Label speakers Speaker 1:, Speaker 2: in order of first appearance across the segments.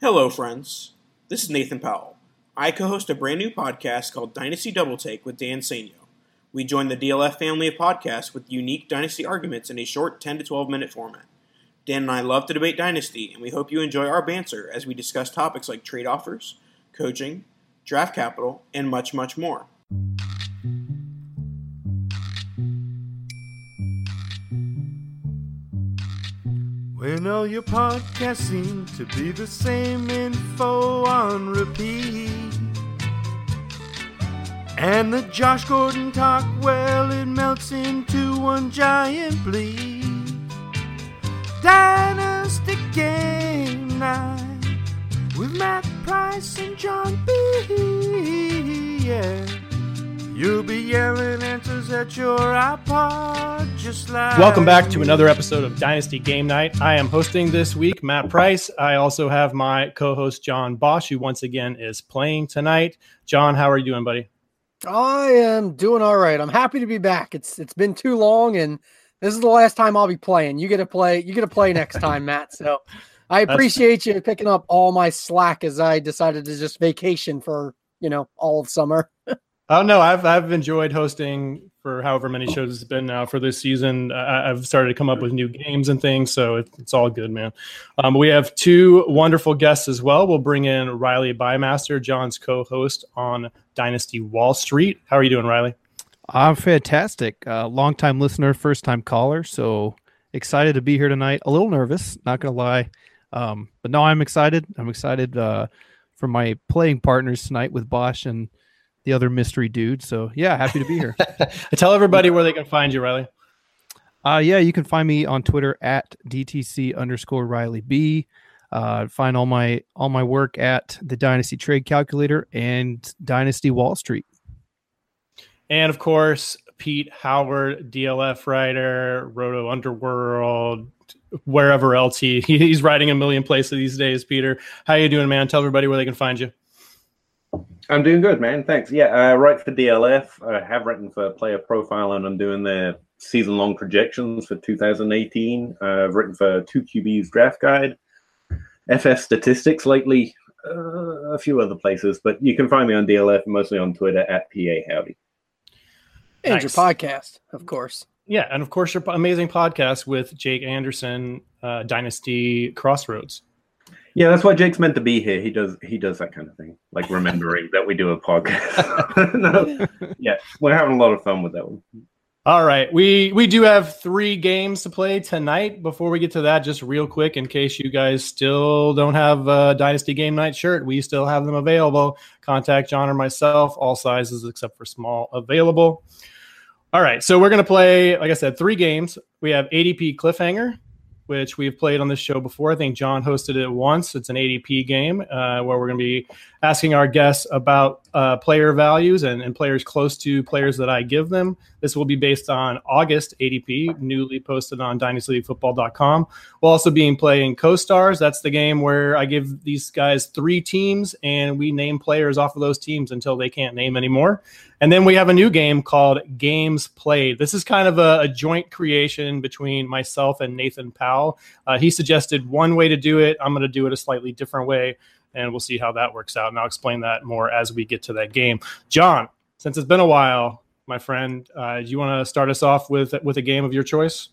Speaker 1: Hello, friends. This is Nathan Powell. I co host a brand new podcast called Dynasty Double Take with Dan Sanyo. We join the DLF family of podcasts with unique Dynasty arguments in a short 10 to 12 minute format. Dan and I love to debate Dynasty, and we hope you enjoy our banter as we discuss topics like trade offers, coaching, draft capital, and much, much more.
Speaker 2: When all your podcasts seem to be the same info on repeat. And the Josh Gordon talk, well, it melts into one giant bleed. Dynasty Game Night with Matt Price and John B. Yeah. You'll be yelling answers at your iPod just like.
Speaker 3: Welcome back to
Speaker 2: me.
Speaker 3: another episode of Dynasty Game Night. I am hosting this week, Matt Price. I also have my co-host John Bosch, who once again is playing tonight. John, how are you doing, buddy?
Speaker 4: I am doing all right. I'm happy to be back. It's it's been too long, and this is the last time I'll be playing. You get to play. You get to play next time, Matt. So I
Speaker 3: That's-
Speaker 4: appreciate you picking up all my slack as I decided to just vacation for you know all of summer.
Speaker 3: Oh no, I've I've enjoyed hosting for however many shows it's been now for this season. I, I've started to come up with new games and things, so it, it's all good, man. Um, we have two wonderful guests as well. We'll bring in Riley Bymaster, John's co-host on Dynasty Wall Street. How are you doing, Riley?
Speaker 5: I'm Ah, fantastic. Uh, long time listener, first time caller. So excited to be here tonight. A little nervous, not gonna lie. Um, but no, I'm excited. I'm excited uh, for my playing partners tonight with Bosch and the other mystery dude. So yeah, happy to be here.
Speaker 3: Tell everybody where they can find you, Riley.
Speaker 5: uh, yeah, you can find me on Twitter at DTC underscore Riley B. Uh, find all my all my work at the Dynasty Trade Calculator and Dynasty Wall Street.
Speaker 3: And of course, Pete Howard, DLF writer, Roto Underworld, wherever else he he's writing a million places these days. Peter, how you doing, man? Tell everybody where they can find you.
Speaker 6: I'm doing good, man. Thanks. Yeah, I write for DLF. I have written for Player Profile, and I'm doing their season-long projections for 2018. Uh, I've written for Two QB's Draft Guide, FF Statistics lately, uh, a few other places. But you can find me on DLF, mostly on Twitter at PA Howdy.
Speaker 4: And your
Speaker 3: Nice.
Speaker 4: podcast, of course.
Speaker 3: Yeah, and of course your po- amazing podcast with Jake Anderson, uh, Dynasty Crossroads.
Speaker 6: Yeah, that's why Jake's meant to be here. He does he does that kind of thing, like remembering that we do a podcast. No, yeah, we're having a lot of fun with that one.
Speaker 3: All right, we we do have three games to play tonight. Before we get to that, just real quick, in case you guys still don't have a Dynasty Game Night shirt, we still have them available. Contact John or myself, all sizes except for small available. All right, so we're gonna play, like I said, three games. We have ADP Cliffhanger, which we've played on this show before. I think John hosted it once. It's an ADP game uh, where we're gonna be asking our guests about uh, player values and, and players close to players that I give them. This will be based on August ADP, newly posted on dynastyfootball.com. We'll also be playing Co-Stars. That's the game where I give these guys three teams and we name players off of those teams until they can't name anymore. And then we have a new game called Games Played. This is kind of a, a joint creation between myself and Nathan Powell. Uh, he suggested one way to do it. I'm going to do it a slightly different way. And we'll see how that works out. And I'll explain that more as we get to that game. John, since it's been a while, my friend. Uh, do you want to start us off with with a game of your choice?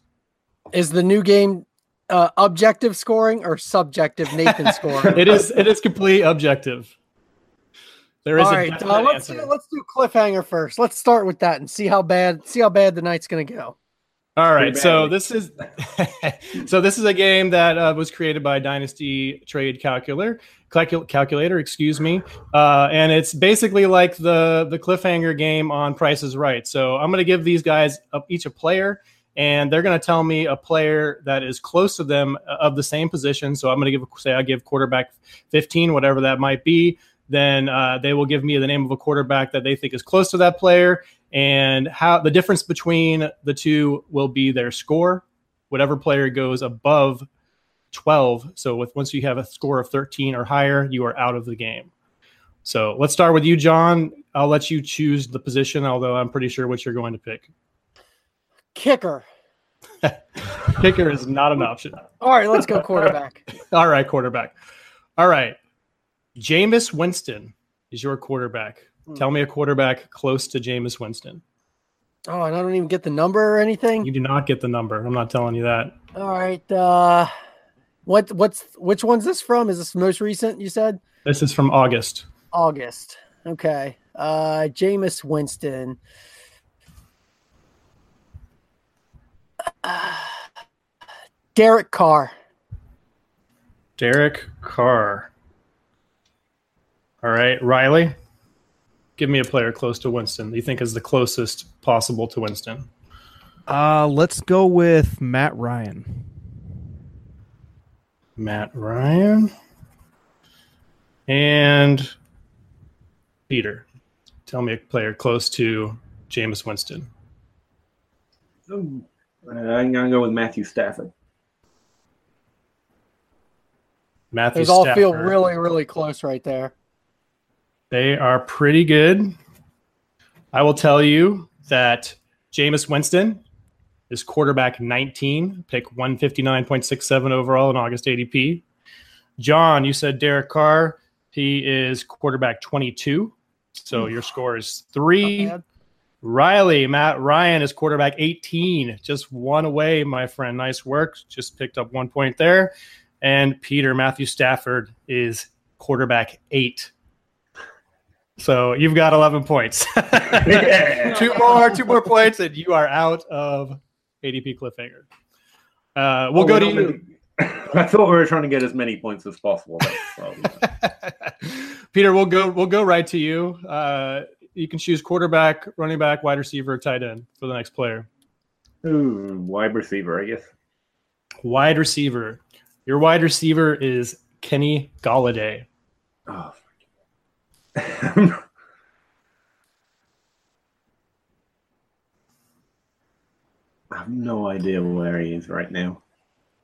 Speaker 4: Is the new game uh, objective scoring or subjective Nathan scoring?
Speaker 3: it is it is completely objective. There is
Speaker 4: All
Speaker 3: a
Speaker 4: right,
Speaker 3: definite
Speaker 4: uh, let's
Speaker 3: answer.
Speaker 4: do, let's do cliffhanger first. Let's start with that and see how bad see how bad the night's going to go.
Speaker 3: All right, so
Speaker 6: Pretty
Speaker 3: this is so this is a game that uh, was created by Dynasty Trade Calculator, Calcul- Calculator, excuse me, uh, and it's basically like the the cliffhanger game on Price is Right. So I'm going to give these guys a, each a player, and they're going to tell me a player that is close to them uh, of the same position. So I'm going to give say I give quarterback 15, whatever that might be. Then uh, they will give me the name of a quarterback that they think is close to that player and how the difference between the two will be their score. Whatever player goes above 12, so with once you have a score of 13 or higher, you are out of the game. So let's start with you, John. I'll let you choose the position, although I'm pretty sure what you're going to pick.
Speaker 4: Kicker.
Speaker 3: Kicker is not an option.
Speaker 4: All right, let's go quarterback.
Speaker 3: All right, quarterback. All right. Jameis Winston is your quarterback.
Speaker 4: Hmm.
Speaker 3: Tell me a quarterback close to Jameis Winston.
Speaker 4: Oh, and I don't even get the number or anything.
Speaker 3: You do not get the number. I'm not telling you that.
Speaker 4: All right. Uh, what what's which one's this from? Is this the most recent? You said
Speaker 3: This is from August.
Speaker 4: August. Okay. Uh, Jameis Winston. Uh, Derek Carr.
Speaker 3: Derek Carr. All right, Riley. Give me a player close to Winston. that You think is the closest possible to Winston?
Speaker 5: Uh, let's go with Matt Ryan.
Speaker 3: Matt Ryan and Peter. Tell me a player close to Jameis Winston.
Speaker 6: Um, uh, I'm going to go with Matthew Stafford.
Speaker 3: Matthew.
Speaker 4: Those all feel
Speaker 3: Stafford.
Speaker 4: really really close right there.
Speaker 3: They are pretty good. I will tell you that Jameis Winston is quarterback 19, pick 159.67 overall in August ADP. John, you said Derek Carr. He is quarterback 22. So your score is
Speaker 4: Not
Speaker 3: three.
Speaker 4: bad.
Speaker 3: Riley, Matt Ryan is quarterback 18, just one away, my friend. Nice work. Just picked up one point there. And Peter, Matthew Stafford is quarterback eight. So you've got 11 points. two more, two more points, and you are out of ADP cliffhanger. Uh, we'll
Speaker 6: Oh,
Speaker 3: go to
Speaker 6: we don't
Speaker 3: you.
Speaker 6: really- I thought we were trying to get as many points as possible. So, uh,
Speaker 3: Peter, we'll go. We'll go right to you. Uh, you can choose quarterback, running back, wide receiver, tight end for the next player.
Speaker 6: ooh, wide receiver, I guess.
Speaker 3: Wide receiver. Your wide receiver is Kenny Galladay.
Speaker 6: Oh, fuck. I have no idea where he is right now.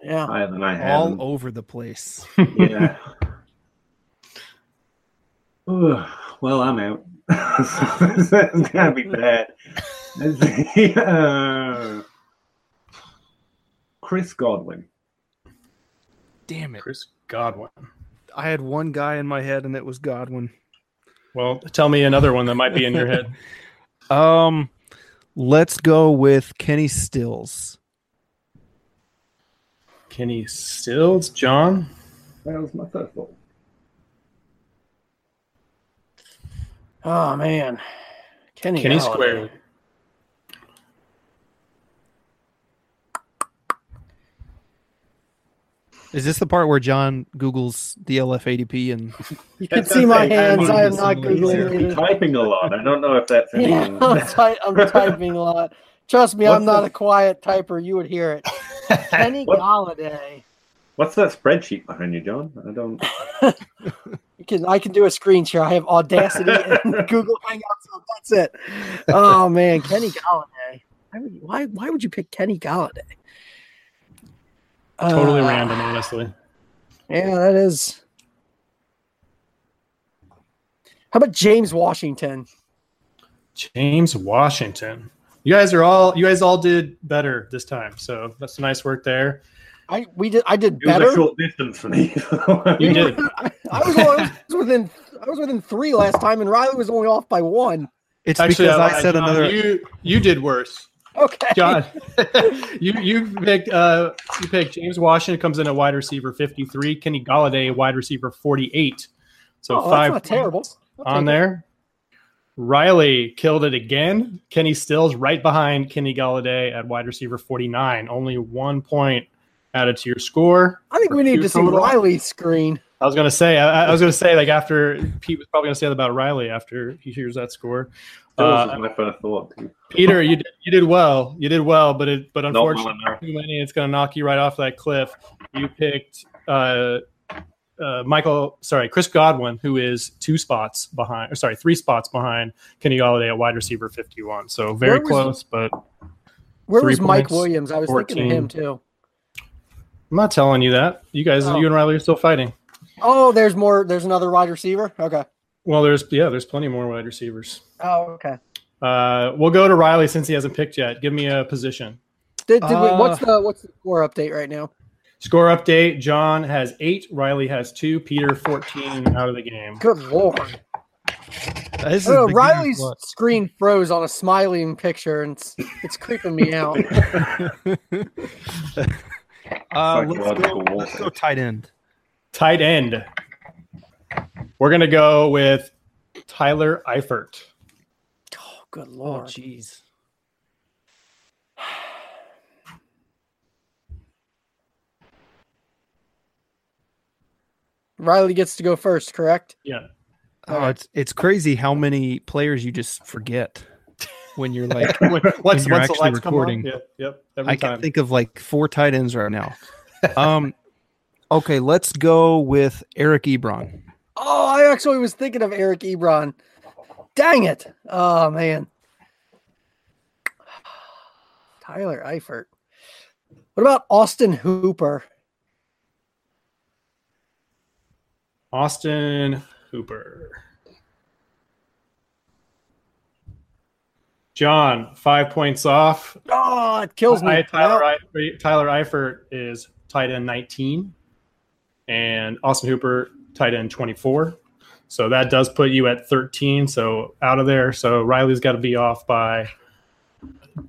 Speaker 4: Yeah.
Speaker 6: Higher than I have.
Speaker 5: All
Speaker 6: him.
Speaker 5: over the place.
Speaker 6: Yeah. Ugh, well, I'm out. That's gonna be bad. Let's see, uh, Chris Godwin.
Speaker 5: Damn it.
Speaker 3: Chris Godwin.
Speaker 5: I had one guy in my head and it was Godwin.
Speaker 3: Well, tell me another one that might be in your head.
Speaker 5: Um, let's go with Kenny Stills.
Speaker 3: Kenny Stills, John.
Speaker 6: That was my first thought.
Speaker 4: Oh man. Kenny.
Speaker 3: Kenny
Speaker 4: Galladay.
Speaker 3: Square.
Speaker 5: Is this the part where John Googles DLF ADP and
Speaker 4: You can see my hands. I am
Speaker 3: It's
Speaker 4: not
Speaker 3: a little
Speaker 6: He's
Speaker 3: easier.
Speaker 4: googling
Speaker 6: been
Speaker 4: it.
Speaker 6: typing a lot. I don't know if that's
Speaker 4: Yeah,
Speaker 6: anything.
Speaker 4: I'm, ty- I'm typing a lot. Trust me, I'm
Speaker 6: What's
Speaker 4: not
Speaker 6: the-
Speaker 4: a quiet typer. You would hear it. Kenny
Speaker 6: What-
Speaker 4: Galladay.
Speaker 6: What's that spreadsheet behind you, John? I don't.
Speaker 4: You can I can do a screen share. I have Audacity and Google Hangouts. So that's it. Oh man, Kenny Galladay. Why would, why why would you pick Kenny Galladay?
Speaker 3: Totally
Speaker 4: Uh,
Speaker 3: random, honestly.
Speaker 4: Yeah, that is. How about James Washington?
Speaker 3: James Washington. You guys are all. You guys all did better this time, so that's some nice work there.
Speaker 4: I we did I did
Speaker 6: It was
Speaker 4: better.
Speaker 6: a short distance for me.
Speaker 3: You did.
Speaker 4: I, I was, I was within I was within three last time, and Riley was only off by one.
Speaker 5: it's because I,
Speaker 3: lied,
Speaker 5: said
Speaker 3: John,
Speaker 5: another
Speaker 3: You you did worse,
Speaker 4: Okay.
Speaker 3: John. you you picked uh you picked James Washington comes in at wide receiver fifty three. Kenny Galladay wide receiver forty eight. So
Speaker 4: Oh,
Speaker 3: five.
Speaker 4: that's not terrible. I'll
Speaker 3: on
Speaker 4: take it.
Speaker 3: there. Riley killed it again. Kenny Stills right behind Kenny Galladay at wide receiver 49. Only one point added to your score.
Speaker 4: I think we need to see
Speaker 3: Total.
Speaker 4: Riley's screen.
Speaker 3: I was gonna say, I, I was gonna say, like after Pete was probably gonna say that about Riley after he hears that score.
Speaker 6: That was
Speaker 3: Uh,
Speaker 6: my first thought. too.
Speaker 3: Peter, you did, you did well. You did well, but it but
Speaker 6: Not well
Speaker 3: unfortunately,
Speaker 6: enough.
Speaker 3: too many. It's gonna knock you right off that cliff. You picked uh, uh, Michael, sorry, Chris Godwin, who is two spots behind, or sorry, three spots behind Kenny Galladay at wide receiver fifty-one. So very
Speaker 4: Where was-
Speaker 3: close, but I'm
Speaker 4: Where
Speaker 3: Three
Speaker 4: was Mike
Speaker 3: points,
Speaker 4: Williams? I was thinking of him too.
Speaker 3: not telling you that. You guys,
Speaker 4: Oh.
Speaker 3: you and Riley are still fighting.
Speaker 4: Oh, there's more. There's another wide receiver. Okay.
Speaker 3: Well, there's yeah, there's plenty more wide receivers.
Speaker 4: Oh, okay.
Speaker 3: Uh, we'll go to Riley since he hasn't picked yet. Give me a position.
Speaker 4: Did, did we, what's
Speaker 5: Uh,
Speaker 4: the what's the score update right now?
Speaker 3: Score update John has eight, Riley has two, Peter 14 out of the game.
Speaker 4: Good lord.
Speaker 5: This is
Speaker 4: I don't know,
Speaker 5: beginner's
Speaker 4: Riley's
Speaker 5: luck.
Speaker 4: screen froze on a smiling picture and it's, it's creeping me out.
Speaker 5: Uh, let's, go,
Speaker 6: Psychological
Speaker 5: let's go
Speaker 6: warfare.
Speaker 5: tight end.
Speaker 3: Tight end. We're going to go with Tyler Eifert.
Speaker 4: Oh, good
Speaker 5: Oh,
Speaker 4: lord.
Speaker 5: jeez.
Speaker 4: Riley gets to go first, correct?
Speaker 3: Yeah.
Speaker 5: Oh, it's it's crazy how many players you just forget when you're like.
Speaker 3: Once, once
Speaker 5: you're
Speaker 3: the
Speaker 5: actually
Speaker 3: lights come on.
Speaker 5: recording.
Speaker 3: Yeah, yep. Every
Speaker 5: I
Speaker 3: time.
Speaker 5: can think of like four tight ends right now. Um, okay, let's go with Eric Ebron.
Speaker 4: Oh, I actually was thinking of Eric Ebron. Dang it. Oh, man. Tyler Eifert. What about Austin Hooper?
Speaker 3: Austin Hooper. John, five points off.
Speaker 4: Oh, it kills me.
Speaker 3: Hi,
Speaker 4: Well,
Speaker 3: Tyler, Eifert, Tyler Eifert is tight end 19, and Austin Hooper tight end 24. So that does put you at 13. So out of there. So Riley's got to be off by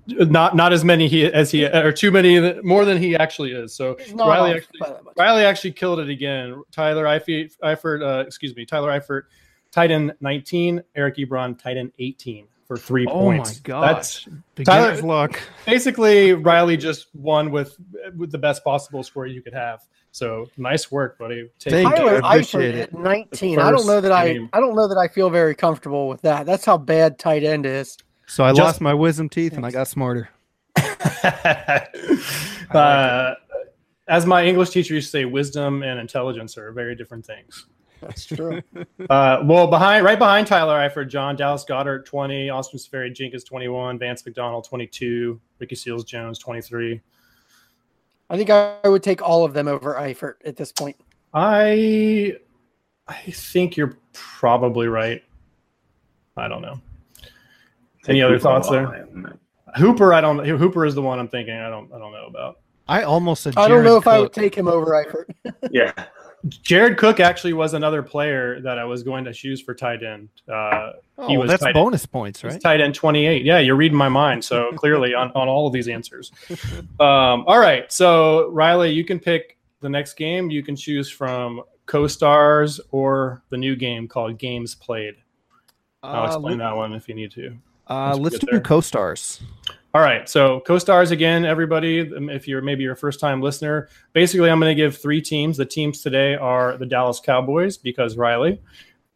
Speaker 3: not not as many he as he or too many more than he actually is. So
Speaker 4: he's not
Speaker 3: Riley
Speaker 4: off
Speaker 3: actually
Speaker 4: by that much.
Speaker 3: Riley actually killed it again. Tyler Eifert, Eifert uh, excuse me, Tyler Eifert, tight end 19, Eric Ebron, tight end 18 for three
Speaker 5: Oh my
Speaker 3: points.
Speaker 5: gosh.
Speaker 3: That's
Speaker 5: Beginner's luck.
Speaker 3: basically Riley just won with with the best possible score you could have. So nice work, buddy. Take
Speaker 5: Thank you.
Speaker 4: Tyler
Speaker 5: I appreciate
Speaker 4: Eifert
Speaker 5: it.
Speaker 4: at 19. I don't
Speaker 3: First
Speaker 4: know that I
Speaker 3: game.
Speaker 4: I don't know that I feel very comfortable with that. That's how bad tight end is.
Speaker 5: So I
Speaker 3: Just-
Speaker 5: lost my wisdom teeth and I got smarter.
Speaker 3: uh, as my English teacher used to say, wisdom and intelligence are very different things.
Speaker 4: That's true.
Speaker 3: Uh, well, behind right behind Tyler Eifert, John Dallas Goddard twenty, Austin Safari Jenkins twenty one, Vance McDonald twenty two, Ricky Seals Jones twenty three.
Speaker 4: I think I would take all of them over Eifert at this point.
Speaker 3: I I think you're probably right. I don't know. Any other thoughts there? Hooper, I don't. Hooper is the one I'm thinking. I don't. I don't know about.
Speaker 5: I almost said.
Speaker 4: I don't
Speaker 5: Jared
Speaker 4: know if I would
Speaker 5: Cook.
Speaker 4: take him over Eifert.
Speaker 6: Yeah.
Speaker 3: Jared Cook actually was another player that I was going to choose for tight end. Uh,
Speaker 5: Oh,
Speaker 3: he
Speaker 5: well,
Speaker 3: was
Speaker 5: that's
Speaker 3: tight end.
Speaker 5: bonus points,
Speaker 3: he's
Speaker 5: right?
Speaker 3: Tight end 28. Yeah, you're reading my mind. So clearly on on all of these answers. Um, all right. So Riley, you can pick the next game. You can choose from co-stars or the new game called Games Played.
Speaker 4: Oh,
Speaker 3: I'll
Speaker 5: Uh,
Speaker 3: explain
Speaker 5: let-
Speaker 3: that one if you need to.
Speaker 5: uh,
Speaker 3: once we
Speaker 5: let's
Speaker 3: get
Speaker 5: do
Speaker 3: there.
Speaker 5: co-stars.
Speaker 3: All right, so co-stars again, everybody. um, If you're maybe your first-time listener, basically, I'm going to give three teams. The teams today are the Dallas Cowboys because Riley,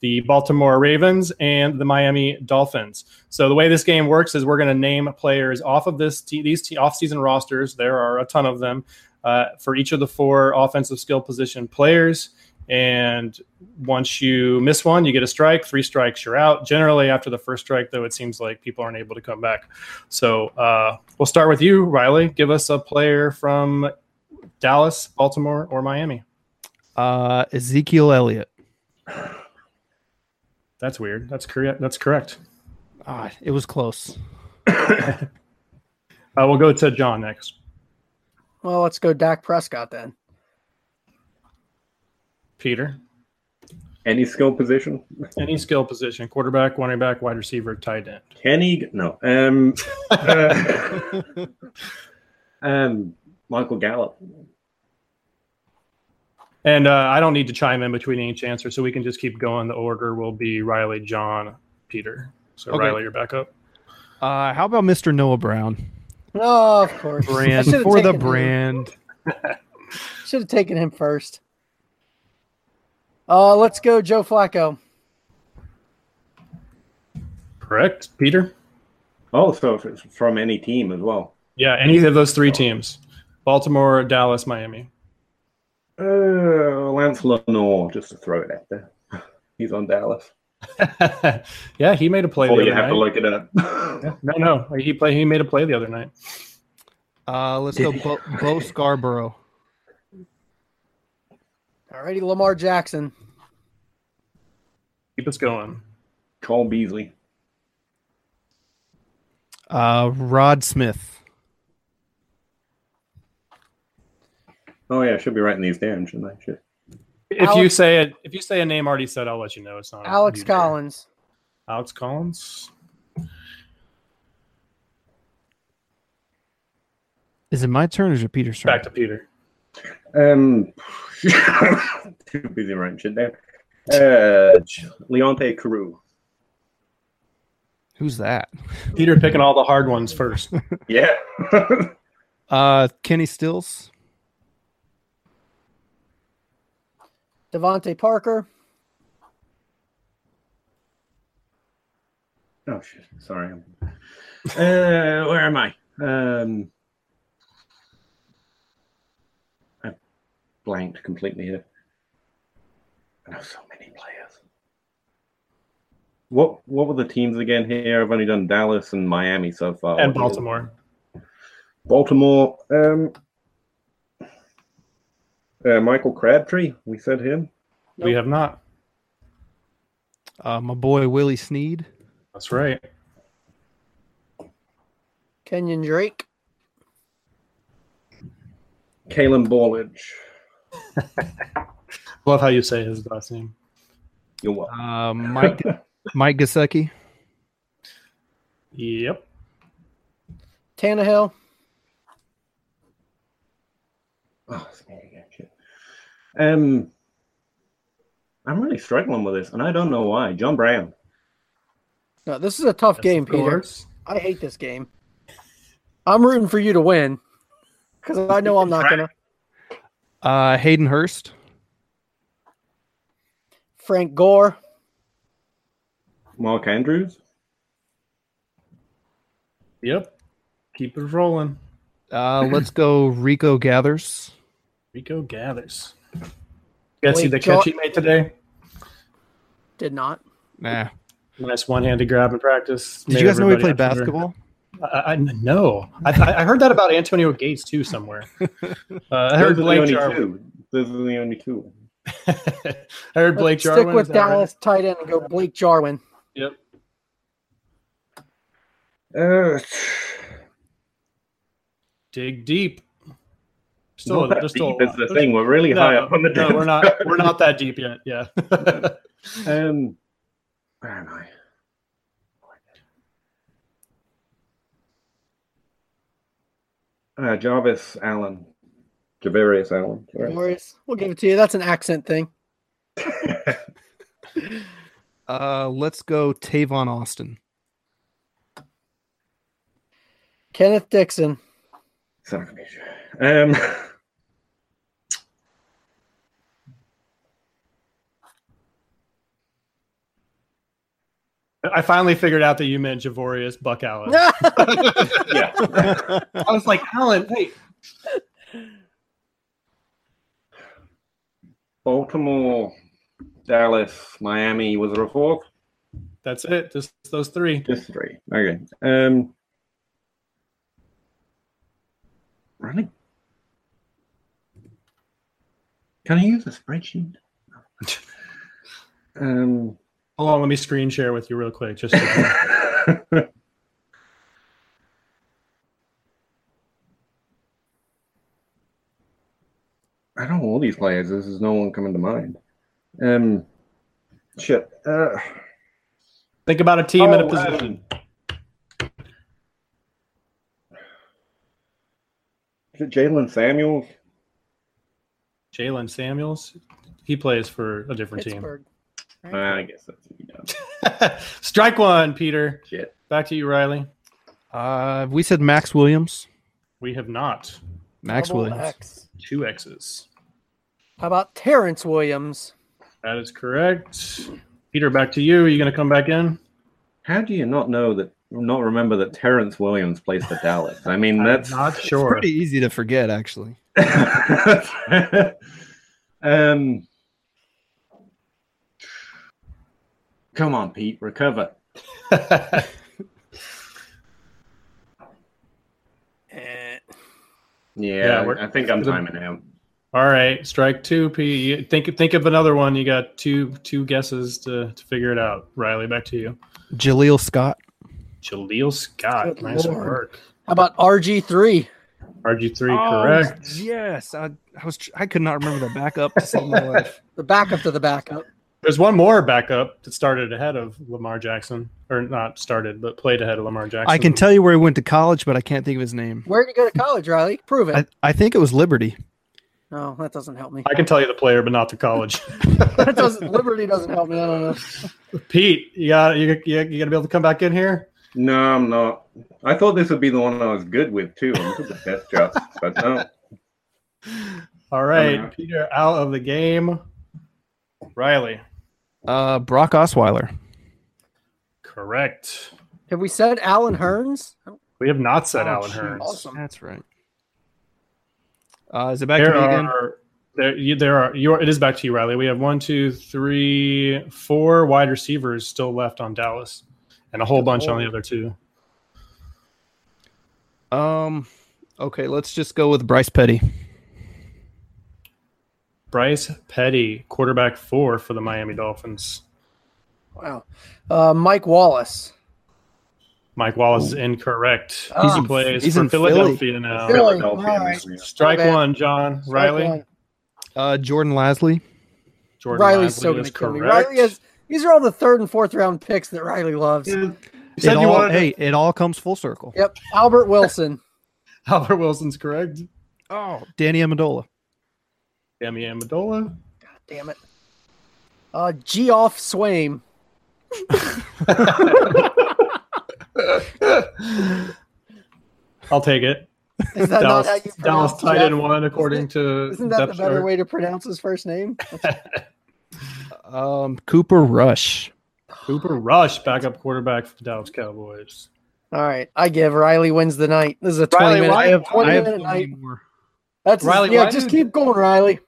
Speaker 3: the Baltimore Ravens, and the Miami Dolphins. So the way this game works is we're going to name players off of this te- these te- off-season rosters. There are a ton of them uh, for each of the four offensive skill position players. And once you miss one, you get a strike. Three strikes, you're out. Generally, after the first strike, though, it seems like people aren't able to come back. So uh, we'll start with you, Riley. Give us a player from Dallas, Baltimore, or Miami.
Speaker 5: Uh, Ezekiel Elliott.
Speaker 3: That's weird. That's correct. That's correct.
Speaker 5: Ah, it was close.
Speaker 3: Uh, we'll go to John next.
Speaker 4: Well, let's go Dak Prescott then.
Speaker 3: Peter,
Speaker 6: Any skill position?
Speaker 3: any skill position: quarterback, running back, wide receiver, tight end.
Speaker 6: Kenny? No. Um, uh, um, Michael Gallup.
Speaker 3: And uh, I don't need to chime in between each answer, so we can just keep going. The order will be Riley, John, Peter. So
Speaker 5: Okay.
Speaker 3: Riley, you're back up.
Speaker 5: Uh, how about Mr. Noah Brown?
Speaker 4: Oh, of course. I
Speaker 5: Brand
Speaker 4: should've
Speaker 5: for the
Speaker 4: taken him.
Speaker 5: brand.
Speaker 4: Should have taken him first. Uh, let's go Joe Flacco.
Speaker 3: Correct, Peter.
Speaker 6: Oh, so if it's from any team as well.
Speaker 3: Yeah, any of those Oh. three teams: Baltimore, Dallas, Miami.
Speaker 6: Uh, Lance Lenore, just to throw it out there. He's on Dallas.
Speaker 3: yeah, he made a play.
Speaker 6: Oh,
Speaker 3: the
Speaker 6: you
Speaker 3: other
Speaker 6: have
Speaker 3: night.
Speaker 6: to look it up.
Speaker 3: Yeah, No, no, like, he played. He made a play the other night.
Speaker 5: Uh, let's
Speaker 6: Did
Speaker 5: go
Speaker 6: he?
Speaker 5: Bo, Bo Scarborough.
Speaker 4: Alrighty, Lamar Jackson.
Speaker 3: Keep us going.
Speaker 6: Cole Beasley.
Speaker 5: Uh, Rod Smith.
Speaker 6: Oh yeah, I should be writing these down, shouldn't I? Shit.
Speaker 3: If you
Speaker 4: Alex-
Speaker 3: say it, if you say a name already said, I'll let you know it's not
Speaker 4: Alex
Speaker 3: you.
Speaker 4: Collins.
Speaker 3: Alex Collins.
Speaker 5: Is it my turn or is it Peter's turn?
Speaker 3: Back to Peter.
Speaker 6: Um, too busy writing shit down. Uh, Leonte Carew.
Speaker 5: Who's that?
Speaker 3: Peter picking all the hard ones first.
Speaker 6: Yeah.
Speaker 5: Uh, Kenny Stills,
Speaker 4: Devontae Parker.
Speaker 6: oh shit. Sorry. I'm- Uh, where am I? Um, I blanked completely here. I know so many players. What What were the teams again? Here, I've only done Dallas and Miami so far.
Speaker 3: and
Speaker 6: What-
Speaker 3: Baltimore.
Speaker 6: Baltimore. Um, uh, Michael Crabtree. We said him.
Speaker 3: We have not.
Speaker 5: uh, my boy Willie Sneed,
Speaker 3: That's right.
Speaker 4: Kenyon Drake.
Speaker 6: Kalen Borledge.
Speaker 3: Love how you say his last name.
Speaker 6: You're welcome.
Speaker 5: uh, Mike Mike Gasecki,
Speaker 3: Yep.
Speaker 4: Tannehill.
Speaker 6: Oh, it's me again, shit. Um, I'm really struggling with this, and I don't know why. John Brown.
Speaker 4: No, this is a tough game,
Speaker 3: Of
Speaker 4: Peter.
Speaker 3: course.
Speaker 4: I hate this game. I'm rooting for you to win because I know I'm not gonna.
Speaker 5: uh, Hayden Hurst,
Speaker 4: Frank Gore.
Speaker 6: Mark Andrews.
Speaker 3: Yep. Keep it rolling.
Speaker 5: uh, let's go Rico Gathers,
Speaker 3: Rico gathers. You guys see
Speaker 4: Wait,
Speaker 3: the
Speaker 4: John-
Speaker 3: catch he made today?
Speaker 4: Did not.
Speaker 5: nah.
Speaker 3: Nice one-handed grab in practice.
Speaker 5: Did
Speaker 3: Made
Speaker 5: you guys know he
Speaker 3: everybody
Speaker 5: played
Speaker 3: up for it.
Speaker 5: basketball?
Speaker 3: I, I no. I, I heard that about Antonio Gates too somewhere. Uh, I heard
Speaker 6: Those are the
Speaker 3: Blake
Speaker 6: only
Speaker 3: Jarwin.
Speaker 6: two. Those are the only two.
Speaker 3: I heard Blake
Speaker 4: Let's
Speaker 3: Jarwin.
Speaker 4: Stick
Speaker 3: is
Speaker 4: with
Speaker 3: that right?
Speaker 4: Dallas tight end and go Blake Jarwin.
Speaker 3: Yep.
Speaker 6: Uh,
Speaker 3: Dig deep. Still,
Speaker 6: not that
Speaker 3: there's still a
Speaker 6: deep is
Speaker 3: lot.
Speaker 6: the thing. We're really
Speaker 3: No,
Speaker 6: high up on the
Speaker 3: no, we're
Speaker 6: depth
Speaker 3: not.
Speaker 6: chart.
Speaker 3: We're not that deep yet. Yeah.
Speaker 6: Um, where am I? Uh, Jarvis Allen, Javarius Allen. sorry.
Speaker 4: Morris. We'll give it to you. That's an accent thing.
Speaker 5: Uh, let's go Tavon Austin,
Speaker 4: Kenneth Dixon.
Speaker 6: Son of a bitch. Um,
Speaker 3: I finally figured out that you meant Javorius Buck Allen.
Speaker 6: yeah.
Speaker 3: I was like, Allen, wait.
Speaker 6: Baltimore, Dallas, Miami. Was there a fourth?
Speaker 3: That's it. Just those three.
Speaker 6: Just three. Okay. Um, really? Can I use a spreadsheet? um.
Speaker 3: Hold on, let me screen share with you real quick. Just so-
Speaker 6: I don't know all these players. This is no one coming to mind. Um, shit. Uh,
Speaker 3: think about a team in a
Speaker 6: oh,
Speaker 3: position.
Speaker 6: um, is it Jalen Samuels?
Speaker 3: Jalen Samuels. He plays for a different
Speaker 4: Pittsburgh.
Speaker 6: Uh, I guess that's what he does.
Speaker 3: team. Strike one, Peter.
Speaker 6: Shit.
Speaker 3: Back to you, Riley.
Speaker 5: uh, we said Max Williams,
Speaker 3: We have not.
Speaker 5: Max
Speaker 4: Double
Speaker 5: Williams,
Speaker 4: X.
Speaker 3: Two X's.
Speaker 4: How about Terrence Williams?
Speaker 3: That is correct. Peter, back to you. Are you going to come back in?
Speaker 6: How do you not know that? Not remember that Terrence Williams plays for Dallas. I mean, that's
Speaker 3: I'm not sure.
Speaker 5: pretty easy to forget actually.
Speaker 6: um, come on, Pete, recover.
Speaker 4: Eh,
Speaker 6: Yeah,
Speaker 3: we're-
Speaker 6: I think I'm
Speaker 3: the-
Speaker 6: timing out.
Speaker 3: All right, strike two, P. You- Think think of another one. You got two two guesses to, to figure it out. Riley, back to you.
Speaker 5: Jaleel Scott,
Speaker 3: Jaleel Scott,
Speaker 4: Good
Speaker 3: nice
Speaker 4: Lord.
Speaker 3: work.
Speaker 4: How about RG3?
Speaker 3: RG3, correct.
Speaker 5: Yes, I, I was. tr- I could not remember the backup to save my life.
Speaker 4: The backup to the backup.
Speaker 3: There's one more backup that started ahead of Lamar Jackson, or not started, but played ahead of Lamar Jackson.
Speaker 5: I can tell you where he went to college, but I can't think of his name.
Speaker 4: Where'd you go to college, Riley? Prove it.
Speaker 5: I, I think it was Liberty.
Speaker 4: no, that doesn't help me.
Speaker 3: I can tell you the player, but not the college.
Speaker 4: That doesn't. Liberty doesn't help me. I don't know.
Speaker 3: Pete, you got you, you, you gonna be able to come back in here?
Speaker 6: No, I'm not. I thought this would be the one I was good with too. I'm good with death drops, but no.
Speaker 3: All right,
Speaker 6: Uh-huh.
Speaker 3: Peter out of the game. Riley,
Speaker 5: Uh, Brock Osweiler.
Speaker 3: correct.
Speaker 4: Have we said Alan Hearns?
Speaker 3: We have not said
Speaker 5: Oh,
Speaker 3: Alan
Speaker 5: shoot.
Speaker 3: Hearns.
Speaker 4: Awesome.
Speaker 5: That's right. Uh, is it back
Speaker 3: There
Speaker 5: to me again?
Speaker 3: are there you there are you are, it is back to you, Riley. We have one, two, three, four wide receivers still left on Dallas, and a whole bunch on the other two.
Speaker 5: Um, okay, let's just go with Bryce Petty.
Speaker 3: Bryce Petty, quarterback four for the Miami Dolphins.
Speaker 4: Wow. Uh, Mike Wallace.
Speaker 3: Mike Wallace is incorrect.
Speaker 4: Ah. He's
Speaker 3: he
Speaker 5: in-
Speaker 3: plays
Speaker 5: he's
Speaker 3: for
Speaker 5: in
Speaker 3: Philadelphia now.
Speaker 4: Philly.
Speaker 6: Philadelphia.
Speaker 4: all right.
Speaker 6: yeah.
Speaker 3: Strike
Speaker 4: My bad.
Speaker 3: one, John Riley.
Speaker 4: Riley.
Speaker 5: Uh, Jordan Lasley.
Speaker 3: Jordan
Speaker 4: Riley's so
Speaker 3: Lively
Speaker 4: going
Speaker 3: is
Speaker 4: to kill me.
Speaker 3: correct.
Speaker 4: Riley is. These are all the third and fourth round picks that Riley loves.
Speaker 3: You
Speaker 5: It
Speaker 3: said you
Speaker 5: all-
Speaker 3: wanted
Speaker 5: hey, it all comes full circle.
Speaker 4: Yep. Albert Wilson.
Speaker 3: Albert Wilson's correct.
Speaker 5: Oh, Danny Amendola.
Speaker 3: Demi Amendola.
Speaker 4: Damn it. Uh, Geoff Swaim.
Speaker 3: I'll take it.
Speaker 4: Is that
Speaker 3: Dallas,
Speaker 4: not how you
Speaker 3: Dallas
Speaker 4: pronounce
Speaker 3: tight
Speaker 4: Jeff?
Speaker 3: end one, according to
Speaker 4: Isn't that the
Speaker 3: depth
Speaker 4: better
Speaker 3: chart.
Speaker 4: way to pronounce his first name?
Speaker 5: Um, Cooper Rush.
Speaker 3: Cooper Rush, backup quarterback for the Dallas Cowboys.
Speaker 4: All right, I give Riley wins the night. This is a twenty
Speaker 3: Riley,
Speaker 4: minute.
Speaker 3: why-
Speaker 4: I have twenty
Speaker 5: I have
Speaker 4: minute
Speaker 5: so
Speaker 4: night.
Speaker 5: many more.
Speaker 4: That's
Speaker 3: Riley,
Speaker 4: yeah.
Speaker 3: why
Speaker 4: Just
Speaker 3: did-
Speaker 4: keep going, Riley.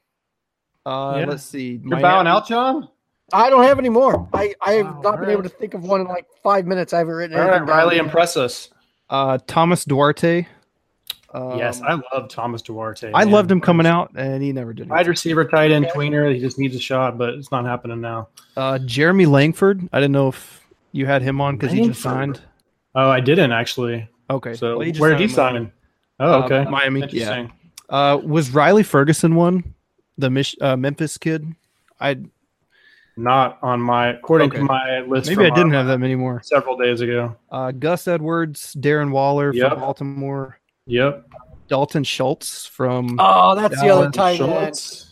Speaker 5: Uh,
Speaker 3: Yeah.
Speaker 5: Let's see.
Speaker 3: You're bowing out, John.
Speaker 4: I don't have any more. I I have
Speaker 3: Wow,
Speaker 4: not been able
Speaker 3: Riley.
Speaker 4: to think of one in like five minutes. I haven't written.
Speaker 3: All right,
Speaker 4: anything down.
Speaker 3: Riley, impress us.
Speaker 5: Uh, Thomas Duarte. Um,
Speaker 3: yes, I love Thomas Duarte.
Speaker 5: I
Speaker 3: man.
Speaker 5: loved him coming out, and he never did.
Speaker 3: Wide
Speaker 5: anything.
Speaker 3: receiver, tight end, tweener. He just needs a shot, but it's not happening now.
Speaker 5: Uh, Jeremy Langford. I didn't know if you had him on because he just
Speaker 3: Langford.
Speaker 5: signed.
Speaker 3: Oh, I didn't actually.
Speaker 5: Okay.
Speaker 3: So
Speaker 5: Well, just
Speaker 3: where
Speaker 5: signed
Speaker 3: did he
Speaker 5: with Miami.
Speaker 3: sign? Oh,
Speaker 5: Uh,
Speaker 3: okay.
Speaker 5: Miami, yeah.
Speaker 3: Interesting.
Speaker 5: Uh, was Riley Ferguson one? The Mich- uh, Memphis kid. I
Speaker 3: Not on my according to
Speaker 5: Okay.
Speaker 3: my list.
Speaker 5: maybe I
Speaker 3: from
Speaker 5: didn't
Speaker 3: our-
Speaker 5: have that many more.
Speaker 3: several days ago.
Speaker 5: Uh, Gus Edwards, Darren Waller
Speaker 3: Yep.
Speaker 5: from Baltimore,
Speaker 3: Yep.
Speaker 5: Dalton Schultz from
Speaker 4: Oh, that's the other
Speaker 5: Dallas
Speaker 4: tight end.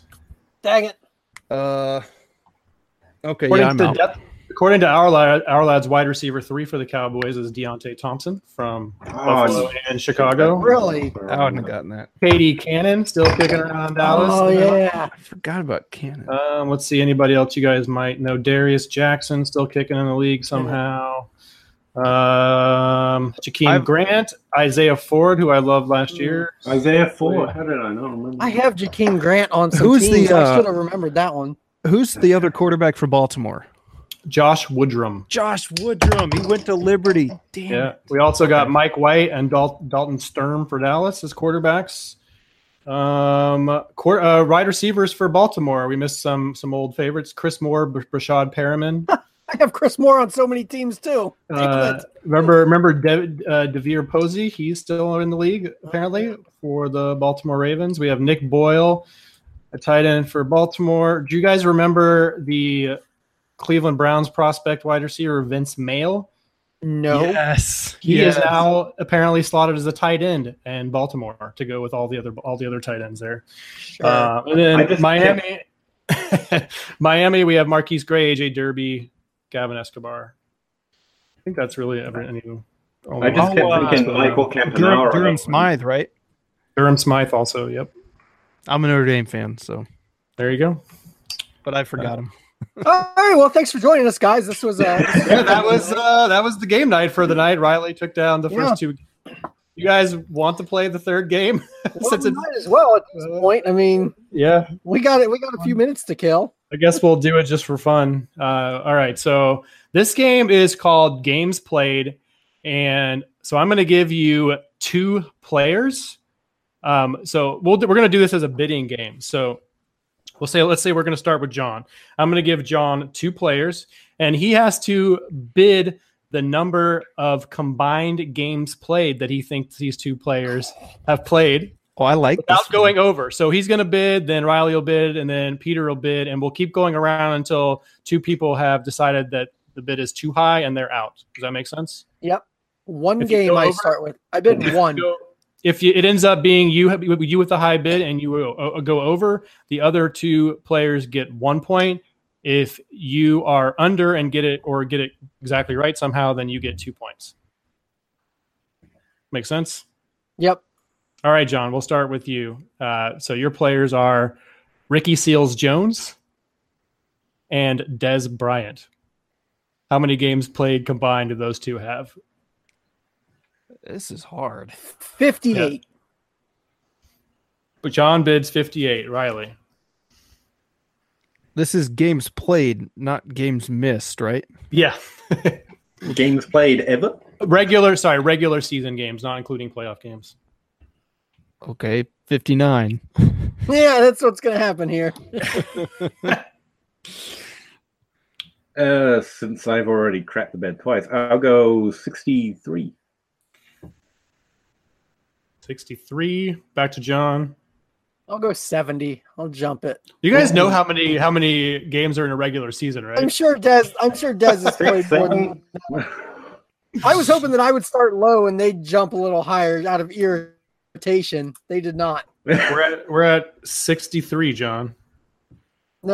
Speaker 4: Dang it!
Speaker 5: Uh, okay,
Speaker 3: According,
Speaker 5: yeah, I'm
Speaker 3: to
Speaker 5: out.
Speaker 3: depth- according to our lad, our lad's wide receiver three for the Cowboys is Deontay Thompson from
Speaker 6: Oh,
Speaker 3: Buffalo and Chicago.
Speaker 4: Really?
Speaker 5: I wouldn't have gotten that.
Speaker 3: Katie Cannon still kicking around Dallas.
Speaker 4: Oh yeah.
Speaker 5: I forgot about Cannon.
Speaker 6: Uh,
Speaker 3: Um, let's see anybody else you guys might know. Darius Jackson still kicking in the league somehow. Um, Jakeem
Speaker 5: I've- Mm.
Speaker 3: Grant, Isaiah Ford, who I loved last year.
Speaker 6: Isaiah Ford. How did I not remember?
Speaker 4: I have Jakeem Grant on some
Speaker 5: Who's the,
Speaker 4: teams. I
Speaker 5: uh,
Speaker 4: should have remembered that one.
Speaker 5: Who's the other quarterback for Baltimore?
Speaker 3: Josh Woodrum.
Speaker 5: Josh Woodrum. He went to Liberty. Damn.
Speaker 3: Yeah, we also got Mike White and Dal- Dalton Sturm for Dallas as quarterbacks. Um, quar uh, wide receivers for Baltimore. We missed some some old favorites: Chris Moore, Br- Brashad Perriman.
Speaker 4: I have Chris Moore on so many teams too.
Speaker 3: Uh, remember, remember De- uh, Devere Posey. He's still in the league apparently for the Baltimore Ravens. We have Nick Boyle, a tight end for Baltimore. Do you guys remember the Cleveland Browns prospect wide receiver Vince Mail?
Speaker 4: No.
Speaker 5: Yes.
Speaker 3: He
Speaker 5: Yes.
Speaker 3: is now apparently slotted as a tight end in Baltimore to go with all the other all the other tight ends there.
Speaker 4: Sure.
Speaker 3: Uh, and
Speaker 6: I
Speaker 3: then
Speaker 6: just
Speaker 3: Miami, Miami, we have Marquise Gray, AJ Derby, Gavin Escobar. I think that's really every any.
Speaker 6: I just kept
Speaker 5: Oh, uh,
Speaker 6: thinking Michael Campanella.
Speaker 5: Durham, Durham Smythe, right?
Speaker 3: Durham Smythe also. Yep,
Speaker 5: I'm a Notre Dame fan, so
Speaker 3: there you go.
Speaker 5: but I forgot him.
Speaker 4: All right. Well, thanks for joining us, guys. This was uh, this
Speaker 3: Yeah, that was uh, that was the game night for the night. Riley took down the first two. You guys want to play the third game?
Speaker 4: well,
Speaker 3: Since
Speaker 4: we
Speaker 3: it,
Speaker 4: might as well at this point. I mean,
Speaker 3: yeah,
Speaker 4: we got it. We got a few minutes to kill.
Speaker 3: I guess we'll do it just for fun. Uh, all right. So this game is called Games Played. And so I'm going to give you two players. Um, so we'll do, we're going to do this as a bidding game. So we'll say, let's say we're going to start with John. I'm going to give John two players, and he has to bid the number of combined games played that he thinks these two players have played
Speaker 5: Oh, I like
Speaker 3: without
Speaker 5: this one.
Speaker 3: going over. So he's going to bid, then Riley will bid, and then Peter will bid, and we'll keep going around until two people have decided that the bid is too high and they're out. Does that make sense?
Speaker 4: One
Speaker 3: If you
Speaker 4: game
Speaker 3: go
Speaker 4: I
Speaker 3: over-
Speaker 4: start with. I bid one.
Speaker 3: So if you, it ends up being you you with the high bid and you will, uh, go over, the other two players get one point. If you are under and get it or get it exactly right somehow, then you get two points. Make sense?
Speaker 4: Yep.
Speaker 3: All right, John, we'll start with you. Uh, so your players are Ricky Seals Jones and Des Bryant. How many games played combined do those two have?
Speaker 5: This is hard.
Speaker 4: 58.
Speaker 3: But John bids 58, Riley.
Speaker 5: This is games played, not games missed, right?
Speaker 3: Yeah.
Speaker 6: Games played ever?
Speaker 3: regular, sorry, regular season games, not including playoff games.
Speaker 5: Okay, 59.
Speaker 4: Yeah, that's what's going to happen here.
Speaker 6: Uh, since I've already cracked the bed twice, I'll go 63.
Speaker 3: 63, back to John.
Speaker 4: I'll go 70. I'll jump it.
Speaker 3: You guys know how many how many games are in a regular season,
Speaker 4: I'm
Speaker 3: right?
Speaker 4: sure Des. I'm sure Des has played more than.
Speaker 6: Seven.
Speaker 4: I was hoping that I would start low and they'd jump a little higher out of irritation. They did not.
Speaker 3: We're at we're at 63, John.
Speaker 4: No.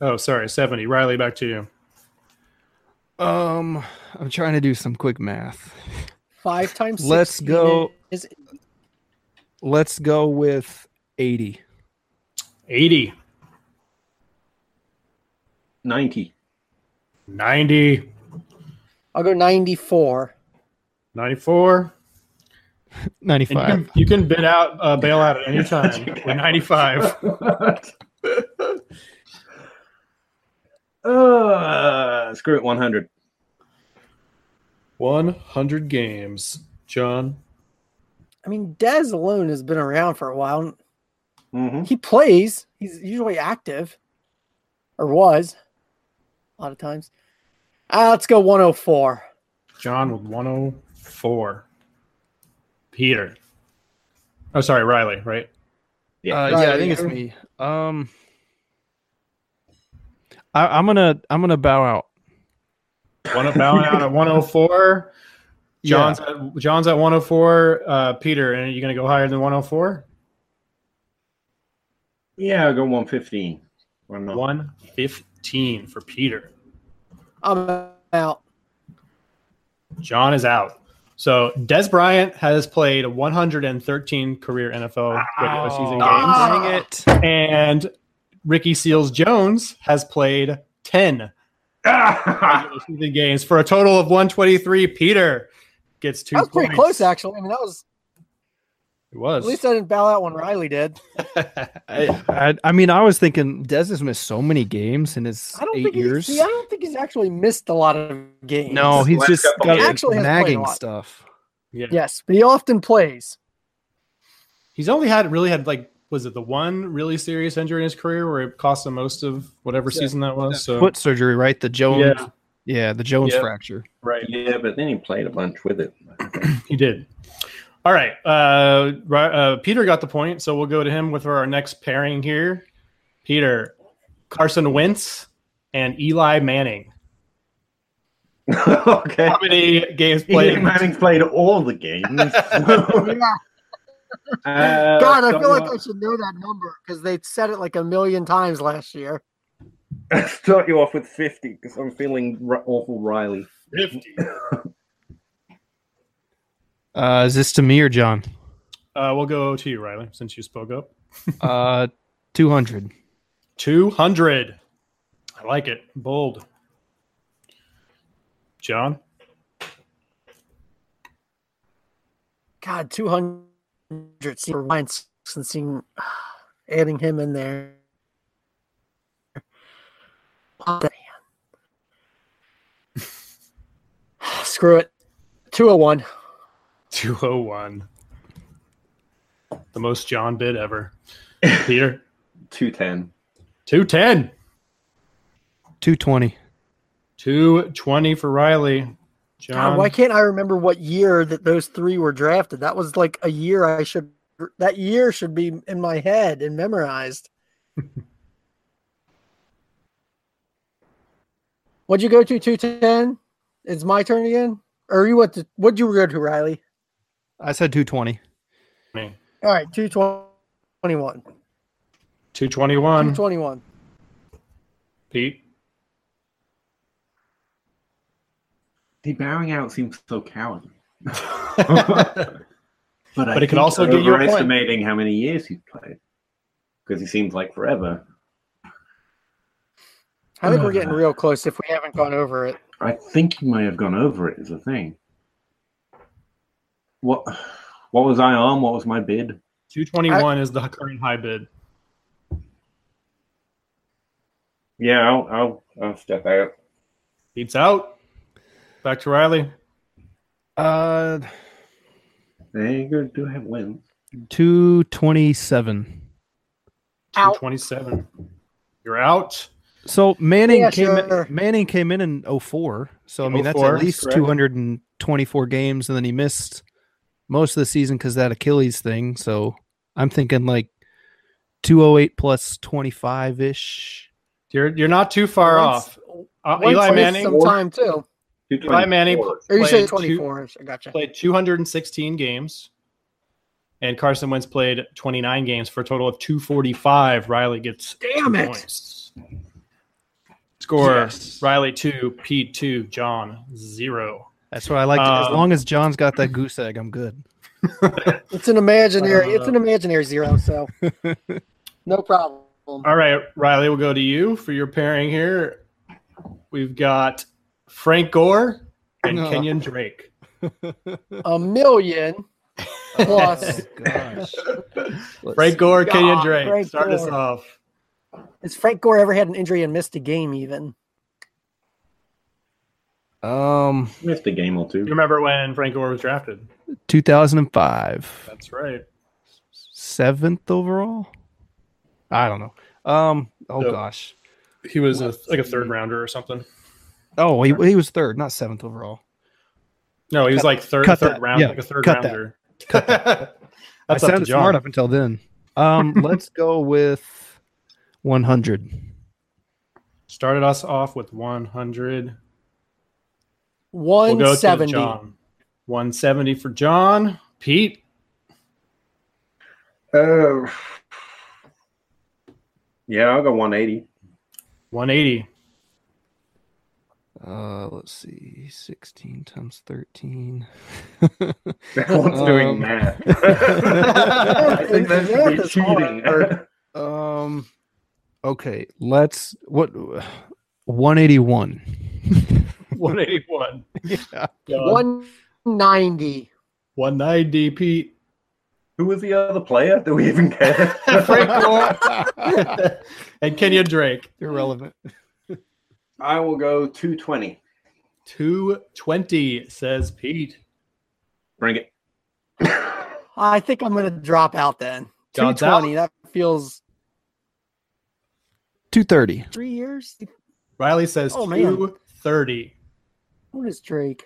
Speaker 3: Oh, sorry, 70. Riley, back to you.
Speaker 5: Um, I'm trying to do some quick math.
Speaker 4: Five times.
Speaker 5: Let's
Speaker 4: 16
Speaker 5: go-
Speaker 4: Is,
Speaker 5: Let's go with 80.
Speaker 3: 80,
Speaker 6: 90.
Speaker 3: 90,
Speaker 4: I'll go 94.
Speaker 3: 94. And you,
Speaker 5: 95.
Speaker 3: can, you can bid out uh, bail out at any time. We're 95.
Speaker 6: uh, screw it, 100.
Speaker 3: 100 games, John.
Speaker 4: I mean, Dez alone has been around for a while.
Speaker 6: hmm
Speaker 4: He plays. He's usually active, or was, a lot of times. Uh, let's go 104.
Speaker 3: John with 104. Peter. Oh, sorry, Riley, right?
Speaker 5: Uh,
Speaker 4: Right,
Speaker 5: yeah, I think it's me. Um, I, I'm gonna I'm gonna bow out.
Speaker 3: One up, bowing out at 104. John's
Speaker 5: Yeah.
Speaker 3: at, John's at 104. Uh, Peter, and are you going to go higher than 104?
Speaker 6: Yeah, I'll go 115. Why not?
Speaker 3: 115 for Peter.
Speaker 4: I'm out.
Speaker 3: John is out. So Des Bryant has played 113 career NFL regular season games,
Speaker 4: Ah.
Speaker 5: Dang it!
Speaker 3: and Ricky Seals Jones has played 10
Speaker 6: Ah!
Speaker 3: regular season games for a total of 123. Peter gets two.
Speaker 4: That was pretty
Speaker 3: points.
Speaker 4: close, actually. I mean, that was
Speaker 3: It
Speaker 4: at
Speaker 3: was.
Speaker 4: least I didn't bow out when Riley did.
Speaker 5: I, I I mean I was thinking Des has missed so many games in his
Speaker 4: I don't
Speaker 5: eight
Speaker 4: think
Speaker 5: years.
Speaker 4: He's, see, I don't think he's actually missed a lot of games.
Speaker 5: no, he's
Speaker 6: Last
Speaker 5: just
Speaker 6: couple
Speaker 5: got
Speaker 6: games.
Speaker 5: that
Speaker 4: Actually has played a
Speaker 5: nagging
Speaker 4: lot.
Speaker 5: stuff.
Speaker 3: yeah.
Speaker 4: Yes, but he often plays.
Speaker 3: He's only had really had like was it the one really serious injury in his career where it cost him most of whatever
Speaker 5: Yeah.
Speaker 3: season that was. So
Speaker 5: Foot surgery, right? The Jones,
Speaker 3: Yeah.
Speaker 5: yeah, the Jones
Speaker 3: Yeah.
Speaker 5: fracture.
Speaker 3: right,
Speaker 6: yeah, but then he played a bunch with it.
Speaker 3: he did. All right, uh, Ri- uh, Peter got the point, so we'll go to him with our next pairing here. Peter, Carson Wentz, and Eli Manning.
Speaker 6: okay.
Speaker 3: How many games played?
Speaker 6: Eli Manning's played all the games. Uh,
Speaker 4: God, I
Speaker 6: don't
Speaker 4: feel like
Speaker 6: know-
Speaker 4: I should know that number because they said it like a million times last year.
Speaker 6: start you off with 50 because I'm feeling r- awful Riley.
Speaker 3: 50.
Speaker 5: Uh, is this to me or John?
Speaker 3: Uh, we'll go to you, Riley, since you spoke up.
Speaker 5: Uh, two hundred.
Speaker 3: 200. I like it. Bold. John?
Speaker 4: God, 200 seeing Ryan and seeing adding him in there. Oh, man. Screw it. 201.
Speaker 3: 201. The most John bid ever. Peter?
Speaker 6: 210.
Speaker 3: 210.
Speaker 5: Two twenty.
Speaker 3: 220 for Riley. John,
Speaker 4: God, why can't I remember what year that those three were drafted? That was like a year I should. That year should be in my head and memorized. What'd you go to? Two ten. It's my turn again. Or you went to? What'd you go to, Riley?
Speaker 5: I said 220.
Speaker 4: All right, two twenty-one.
Speaker 3: 221.
Speaker 4: Two twenty-one.
Speaker 3: Pete,
Speaker 6: The bowing out seems so cowardly. I
Speaker 3: But it could
Speaker 6: think
Speaker 3: also
Speaker 6: I'm
Speaker 3: get you a point.
Speaker 6: overestimating how many years he's played because he seems like forever.
Speaker 4: I think we're getting real close if we haven't gone over it.
Speaker 6: I think you may have gone over it. Is the thing. What? What was I on? What was my bid?
Speaker 3: 221 is the current high bid.
Speaker 6: Yeah, I'll I'll, I'll step out.
Speaker 3: Pete's out. Back to Riley.
Speaker 5: Uh,
Speaker 6: They good do have wins.
Speaker 5: 227.
Speaker 4: Out.
Speaker 3: 227. You're out.
Speaker 5: So Manning
Speaker 4: Yeah,
Speaker 5: came
Speaker 4: sure.
Speaker 5: in, Manning came in in 04. So I mean that's
Speaker 3: 04,
Speaker 5: at least
Speaker 3: correct.
Speaker 5: 224 games and then he missed most of the season cuz that Achilles thing. So I'm thinking like 208 plus 25ish.
Speaker 3: You're you're not too far off. Uh,
Speaker 4: Once
Speaker 3: Eli
Speaker 4: missed
Speaker 3: Manning
Speaker 4: some time too.
Speaker 3: Eli Manning-
Speaker 6: 224.
Speaker 4: Or you
Speaker 3: Played
Speaker 4: say
Speaker 3: two-
Speaker 4: twenty-four? I gotcha.
Speaker 3: played 216 games, and Carson Wentz played 29 games for a total of 245. Riley gets
Speaker 4: Damn
Speaker 3: two
Speaker 4: it.
Speaker 3: points. Score
Speaker 5: Yes.
Speaker 3: Riley two, Pete two, John zero.
Speaker 5: That's what I like. to- as
Speaker 3: Um,
Speaker 5: long as John's got that goose egg, I'm good.
Speaker 4: It's an imaginary.
Speaker 3: Uh,
Speaker 4: it's an imaginary zero. So no problem.
Speaker 3: All right, Riley, we'll go to you for your pairing here. We've got Frank Gore and
Speaker 5: No.
Speaker 3: Kenyon Drake.
Speaker 4: A million plus.
Speaker 5: Gosh.
Speaker 3: Frank Gore, Kenyon
Speaker 5: Ah,
Speaker 4: God,
Speaker 3: Drake.
Speaker 4: Frank
Speaker 3: Start us
Speaker 4: Gore.
Speaker 3: off.
Speaker 4: Has Frank Gore ever had an injury and missed a game? Even
Speaker 5: um
Speaker 6: Missed a game or
Speaker 3: You
Speaker 6: two.
Speaker 3: remember when Frank Gore was drafted?
Speaker 5: 2005.
Speaker 3: That's right.
Speaker 5: 7th overall? I don't know. Um oh
Speaker 3: So-
Speaker 5: gosh.
Speaker 3: He was a, like a third rounder or something.
Speaker 5: Oh, he, he was 3rd, not 7th overall.
Speaker 3: No, he was like third,
Speaker 5: cut
Speaker 3: third
Speaker 5: that.
Speaker 3: round,
Speaker 5: Yeah,
Speaker 3: like a third
Speaker 5: cut that.
Speaker 3: rounder.
Speaker 5: I sounded smart up until then. Um, let's go with 100.
Speaker 3: Started us off with 100. We'll
Speaker 4: one
Speaker 3: go to
Speaker 4: seventy.
Speaker 3: John. 170 for John. Pete,
Speaker 6: Uh, yeah, I'll go 180.
Speaker 3: 180.
Speaker 5: Uh, let's see, 16 times 13.
Speaker 6: Everyone's
Speaker 5: Um,
Speaker 6: doing math. I think that's
Speaker 4: Math
Speaker 6: be
Speaker 4: is hard.
Speaker 6: cheating.
Speaker 5: um, okay, let's what 181.
Speaker 3: 181.
Speaker 5: Yeah.
Speaker 3: John,
Speaker 4: One ninety.
Speaker 3: 190, Pete.
Speaker 6: Who was the other player? Do we even care?
Speaker 3: Frank Gore. and Kenya Drake.
Speaker 5: Irrelevant.
Speaker 6: I will go 220.
Speaker 3: 220, says Pete.
Speaker 6: Bring it.
Speaker 4: I think I'm gonna drop out then. Two
Speaker 3: John's out.
Speaker 4: twenty. That feels
Speaker 5: 230.
Speaker 4: three years.
Speaker 3: Riley says
Speaker 4: Oh, man.
Speaker 3: 230.
Speaker 4: What is Drake?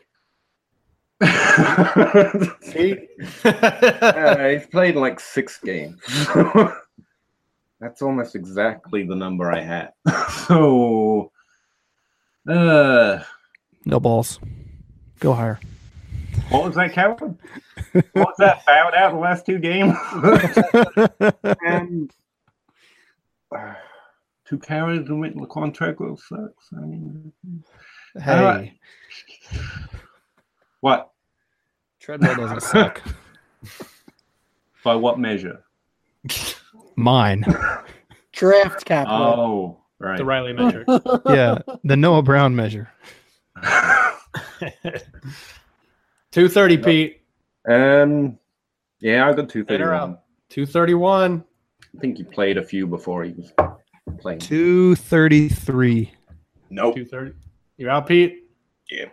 Speaker 3: Pete?
Speaker 6: Uh, he's played like six games. That's almost exactly the number I had. so, uh,
Speaker 5: No balls. Go higher.
Speaker 6: what was that, Calvin? What was that fouled out the last two games? and uh, two carries and with Laquan Treadwell sucks. I mean,
Speaker 5: hey,
Speaker 6: right. what?
Speaker 5: treadmill doesn't suck.
Speaker 6: By what measure?
Speaker 5: Mine.
Speaker 4: Draft
Speaker 5: Uh,
Speaker 3: Uh,
Speaker 4: capital.
Speaker 6: Oh, right.
Speaker 3: the Riley metric.
Speaker 5: Yeah, the Noah Brown measure.
Speaker 3: 230, Pete.
Speaker 6: um, yeah, I got two
Speaker 3: In or
Speaker 6: thirty-one.
Speaker 3: out? 231.
Speaker 6: I think he played a few before he was playing.
Speaker 5: 233.
Speaker 6: Nope.
Speaker 3: 230. You're out, Pete?
Speaker 6: Yeah.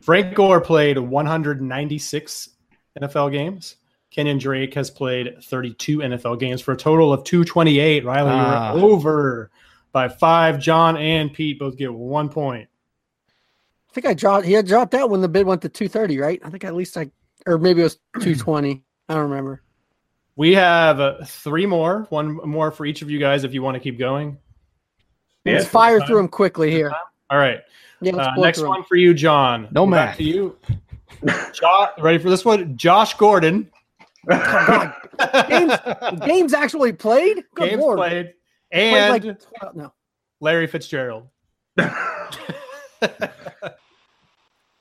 Speaker 3: Frank Gore played 196 NFL games. Kenyon Drake has played 32 NFL games for a total of 228. Riley,
Speaker 5: Ah.
Speaker 3: you're over by five. John and Pete both get one point.
Speaker 4: I think I dropped. He had dropped out when the bid went to two thirty, right? I think at least I, or maybe it was two twenty. I don't remember.
Speaker 3: We have uh, three more, one more for each of you guys if you want to keep going.
Speaker 4: Let's
Speaker 6: Yeah.
Speaker 4: fire through them quickly here.
Speaker 3: All right.
Speaker 4: Yeah,
Speaker 3: Uh,
Speaker 4: let's blow
Speaker 3: next
Speaker 4: through 'em.
Speaker 3: one for you, John.
Speaker 5: No
Speaker 3: We're back
Speaker 5: math.
Speaker 3: to you. Jo- ready for this one? Josh Gordon. Games,
Speaker 4: Games actually played. Good lord,
Speaker 3: played.
Speaker 4: Played
Speaker 3: And
Speaker 4: like 12 no.
Speaker 3: Larry Fitzgerald.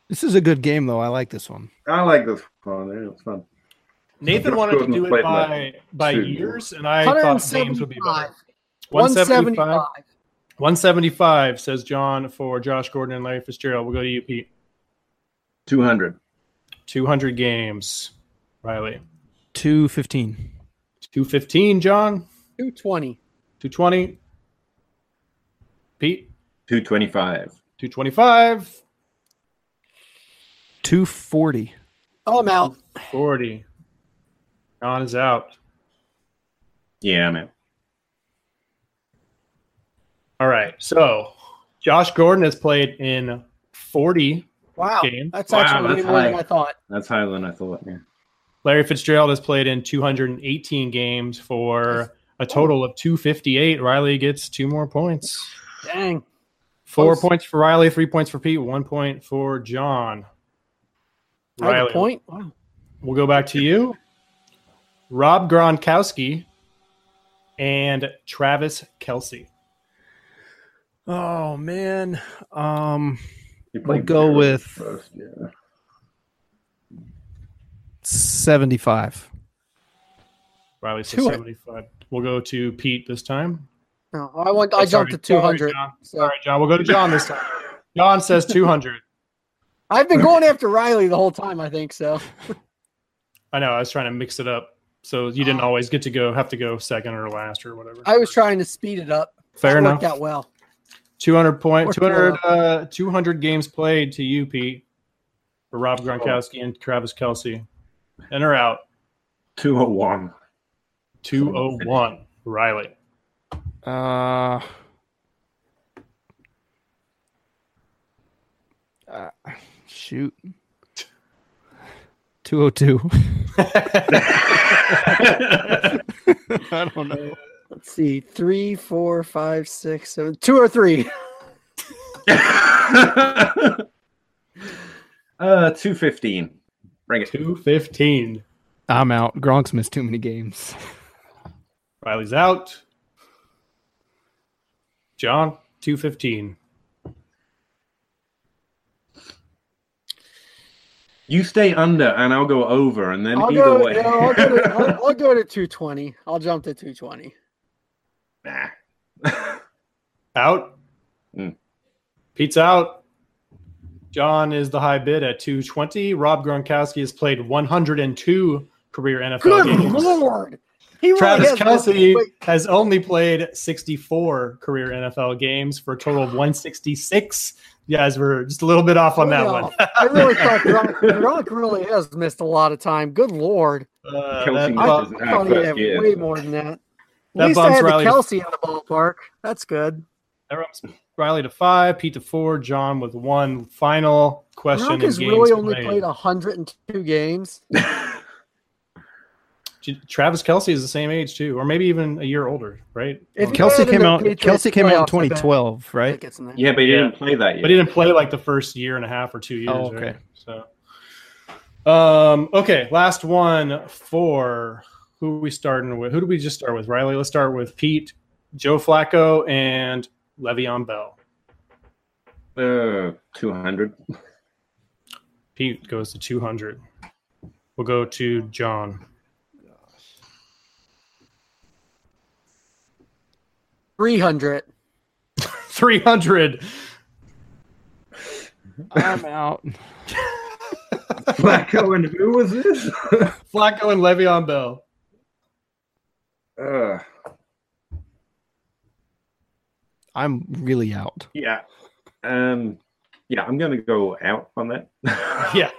Speaker 5: This is a good game, though. I like this one.
Speaker 6: I like this one. Yeah, it's fun.
Speaker 3: Nathan
Speaker 6: Josh
Speaker 3: wanted to
Speaker 6: Gordon
Speaker 3: do it
Speaker 6: played
Speaker 3: by by
Speaker 6: two.
Speaker 3: years, and I thought games would be better.
Speaker 4: 175.
Speaker 3: 175 says John for Josh Gordon and Larry Fitzgerald. We'll go to you, Pete.
Speaker 6: 200.
Speaker 3: 200 games, Riley.
Speaker 5: Two fifteen.
Speaker 3: 215, John.
Speaker 4: 220.
Speaker 3: 220. Pete,
Speaker 6: 225.
Speaker 3: 225.
Speaker 5: Two forty.
Speaker 4: Oh, I'm out.
Speaker 3: 40. John is out.
Speaker 6: Yeah, man.
Speaker 3: All right. So Josh Gordon has played in 40
Speaker 4: Wow.
Speaker 3: games.
Speaker 4: That's
Speaker 6: Wow,
Speaker 4: actually way
Speaker 6: that's
Speaker 4: more than
Speaker 6: high.
Speaker 4: I thought.
Speaker 6: That's higher than I thought. Yeah.
Speaker 3: Larry Fitzgerald has played in 218 games for a total of 258. Riley gets two more points.
Speaker 4: Dang.
Speaker 3: Four
Speaker 4: Close.
Speaker 3: points for Riley, three points for Pete, one point for John.
Speaker 4: I have
Speaker 3: Riley,
Speaker 4: a point. Wow.
Speaker 3: we'll go back to you. Rob Gronkowski and Travis Kelsey.
Speaker 5: Oh man. Um,
Speaker 6: You
Speaker 5: We'll
Speaker 6: played
Speaker 5: go
Speaker 6: zero
Speaker 5: with-
Speaker 6: first, yeah.
Speaker 5: seventy-five.
Speaker 3: Riley says
Speaker 4: Two.
Speaker 3: 75. We'll go to Pete this time. Oh,
Speaker 4: No, I want. I
Speaker 3: Sorry,
Speaker 4: jumped to
Speaker 3: sorry,
Speaker 4: 200.
Speaker 3: John.
Speaker 4: so.
Speaker 3: All right, John. We'll go to John this time. John says 200.
Speaker 4: I've been going after Riley the whole time. I think so.
Speaker 3: I know. I was trying to mix it up. So you didn't always get to go, have to go second or last or whatever.
Speaker 4: I was trying to speed it up.
Speaker 3: Fair
Speaker 4: That
Speaker 3: enough.
Speaker 4: Worked out well.
Speaker 3: 200 point,
Speaker 4: Worked
Speaker 3: 200,
Speaker 4: well.
Speaker 3: uh, 200 games played to you, Pete, for Rob Gronkowski and Travis Kelsey. In or out?
Speaker 6: 201.
Speaker 3: 201. Riley.
Speaker 5: Uh, uh, shoot. Two oh two. I don't know.
Speaker 4: Let's see. Three, four, five, six, seven, two or three.
Speaker 6: uh, 215. Bring it.
Speaker 3: 215.
Speaker 5: I'm out. Gronk's missed too many games.
Speaker 3: Riley's out. John, 215.
Speaker 6: You stay under, and I'll go over, and then
Speaker 4: I'll
Speaker 6: either
Speaker 4: go,
Speaker 6: way.
Speaker 4: yeah, I'll, go to, I'll, I'll go to 220. I'll jump to 220.
Speaker 6: Nah.
Speaker 3: Out.
Speaker 6: Mm.
Speaker 3: Pete's out. John is the high bid at 220. Rob Gronkowski has played 102 career NFL
Speaker 4: Good
Speaker 3: games.
Speaker 4: lord. He really
Speaker 3: Travis
Speaker 4: has-
Speaker 3: Kelsey
Speaker 4: Wait,
Speaker 3: has only played 64 career NFL games for a total of 166. You guys were just a little bit off on that
Speaker 4: hold
Speaker 3: one.
Speaker 4: I really thought Gronk, Gronk really has missed a lot of time. Good lord.
Speaker 3: Uh,
Speaker 6: Kelsey
Speaker 3: that
Speaker 6: missed
Speaker 4: I
Speaker 3: bump-
Speaker 6: his-
Speaker 4: I thought
Speaker 6: Ah,
Speaker 4: he
Speaker 6: fuck,
Speaker 4: had
Speaker 6: yeah.
Speaker 4: way more than that. At
Speaker 3: That
Speaker 4: least I
Speaker 3: bumps
Speaker 4: had the
Speaker 3: Riley to-
Speaker 4: Kelsey in the ballpark. That's good.
Speaker 3: that bumps Riley to five, Pete to four, John with one final question.
Speaker 4: Gronk
Speaker 3: in
Speaker 4: has
Speaker 3: games
Speaker 4: really only
Speaker 3: played.
Speaker 4: played 102 games.
Speaker 3: J- Travis Kelsey is the same age too, or maybe even a year older, right?
Speaker 4: If-
Speaker 3: But
Speaker 5: Kelsey
Speaker 4: Bad in
Speaker 5: came
Speaker 4: the
Speaker 5: out.
Speaker 4: Patriots
Speaker 5: Kelsey came out in
Speaker 4: playoffs, I bet.
Speaker 5: 2012,
Speaker 4: That
Speaker 5: right?
Speaker 4: gets in there.
Speaker 6: yeah, but he
Speaker 3: Yeah.
Speaker 6: didn't play that yet.
Speaker 3: he didn't play like the first year and a half or two years.
Speaker 5: Oh, okay.
Speaker 3: right? So, um, okay, last one for who are we starting with? Who do we just start with? Riley. Let's start with Pete, Joe Flacco, and Le'Veon Bell.
Speaker 6: Uh, 200.
Speaker 3: Pete goes to two hundred. We'll go to John.
Speaker 4: 300.
Speaker 3: Three hundred.
Speaker 5: I'm out.
Speaker 6: Flacco, and who was this?
Speaker 3: Flacco and Le'Veon Bell.
Speaker 6: uh,
Speaker 5: I'm really out.
Speaker 6: yeah. Um, yeah, I'm going to go out on that.
Speaker 3: Yeah.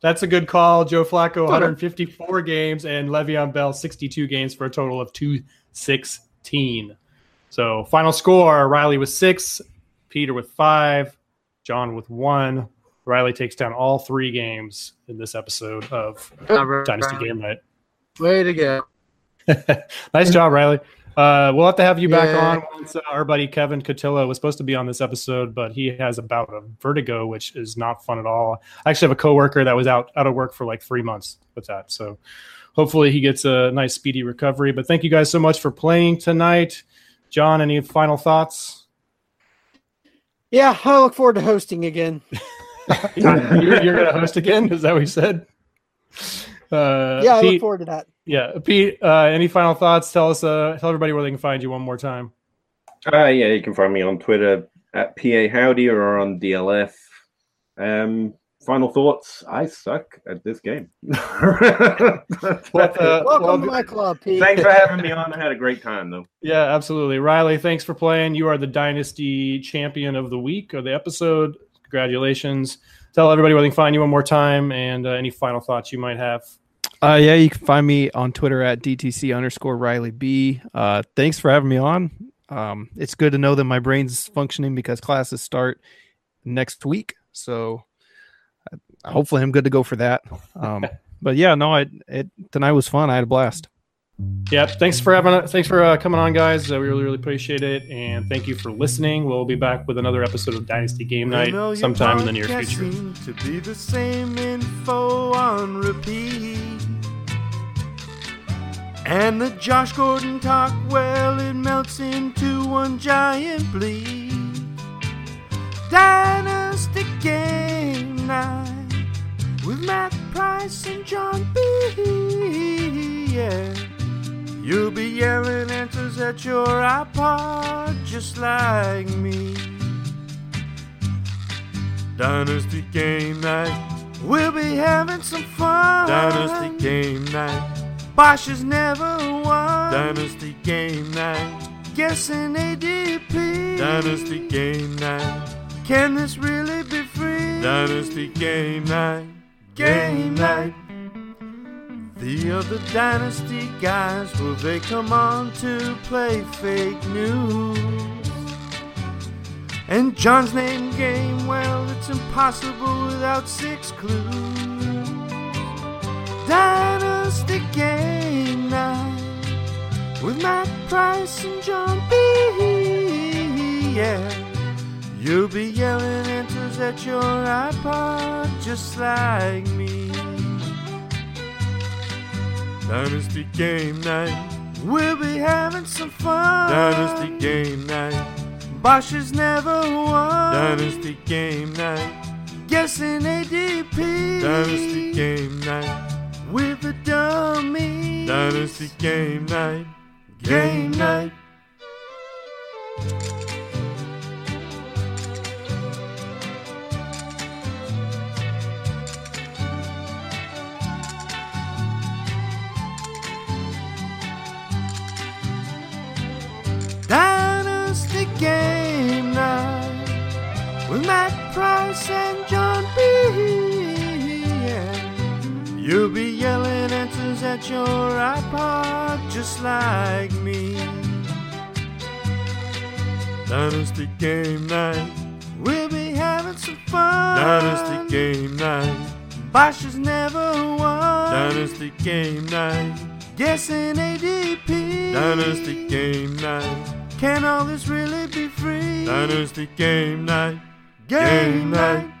Speaker 3: That's a good call. Joe Flacco, 154 games, and Le'Veon Bell, 62 games for a total of 216. So, final score Riley with six, Peter with five, John with one. Riley takes down all three games in this episode of Dynasty Game Night.
Speaker 7: Way to go.
Speaker 3: nice job, Riley. Uh, we'll have to have you back
Speaker 7: Yeah.
Speaker 3: on once uh, our buddy Kevin Cotillo was supposed to be on this episode, but he has a bout of vertigo, which is not fun at all. I actually have a coworker that was out out of work for like three months with that, so hopefully he gets a nice speedy recovery. But thank you guys so much for playing tonight, John. Any final thoughts?
Speaker 4: Yeah, I look forward to hosting again.
Speaker 3: you're, you're gonna host again? Is that what you said? Uh,
Speaker 4: yeah, I look
Speaker 3: Pete,
Speaker 4: forward to that.
Speaker 3: yeah, Pete. Uh, any final thoughts? Tell us, uh, tell everybody where they can find you one more time.
Speaker 6: Uh, yeah, you can find me on Twitter at PA Howdy or on DLF. Um, final thoughts I suck at this game.
Speaker 3: Well, uh,
Speaker 4: Welcome
Speaker 3: well,
Speaker 4: to my club, Pete.
Speaker 6: Thanks for having me on. I had a great time, though.
Speaker 3: Yeah, absolutely. Riley, thanks for playing. You are the Dynasty Champion of the Week or the episode. Congratulations. Tell everybody where they can find you one more time and uh, any final thoughts you might have.
Speaker 5: Uh, yeah, you can find me on Twitter at DTC underscore Riley B. Uh, thanks for having me on. Um, it's good to know that my brain's functioning because classes start next week. So I, hopefully I'm good to go for that. Um, but yeah, no, I, it, tonight was fun. I had a blast.
Speaker 3: Yep. Thanks for having Thanks for uh, coming on, guys. Uh, we really, really appreciate it. And thank you for listening. We'll be back with another episode of Dynasty Game Night
Speaker 2: Familiar
Speaker 3: sometime in the near
Speaker 2: podcasts
Speaker 3: future.
Speaker 2: seem To be the same info on repeat. And the Josh Gordon talk, well, it melts into one giant bleed. Dynasty Game Night with Matt Price and John B. Yeah. You'll be yelling answers at your iPod just like me. Dynasty game night. We'll be having some fun. Dynasty game night. Bosch has never won. Dynasty game night. Guessing ADP. Dynasty game night. Can this really be free? Dynasty game night. Game night. The other dynasty guys, will they come on to play fake news? And John's name game, well, it's impossible without six clues. Dynasty Game Night with Matt Price and John B. Yeah, you'll be yelling answers at your iPod just like me. Dynasty Game Night, we'll be having some fun. Dynasty Game Night. Bosch has never won. Dynasty game night. Guessing ADP. Dynasty game night. With the dummy. Dynasty game night. Game night. Dynasty Game Night with Matt Price and John B. Yeah. You'll be yelling answers at your iPod just like me. Dynasty Game Night, we'll be having some fun. Dynasty Game Night, Bosch has never won. Dynasty Game Night. Guessing ADP. Dynasty game night. Can all this really be free? Dynasty game night. Game, night.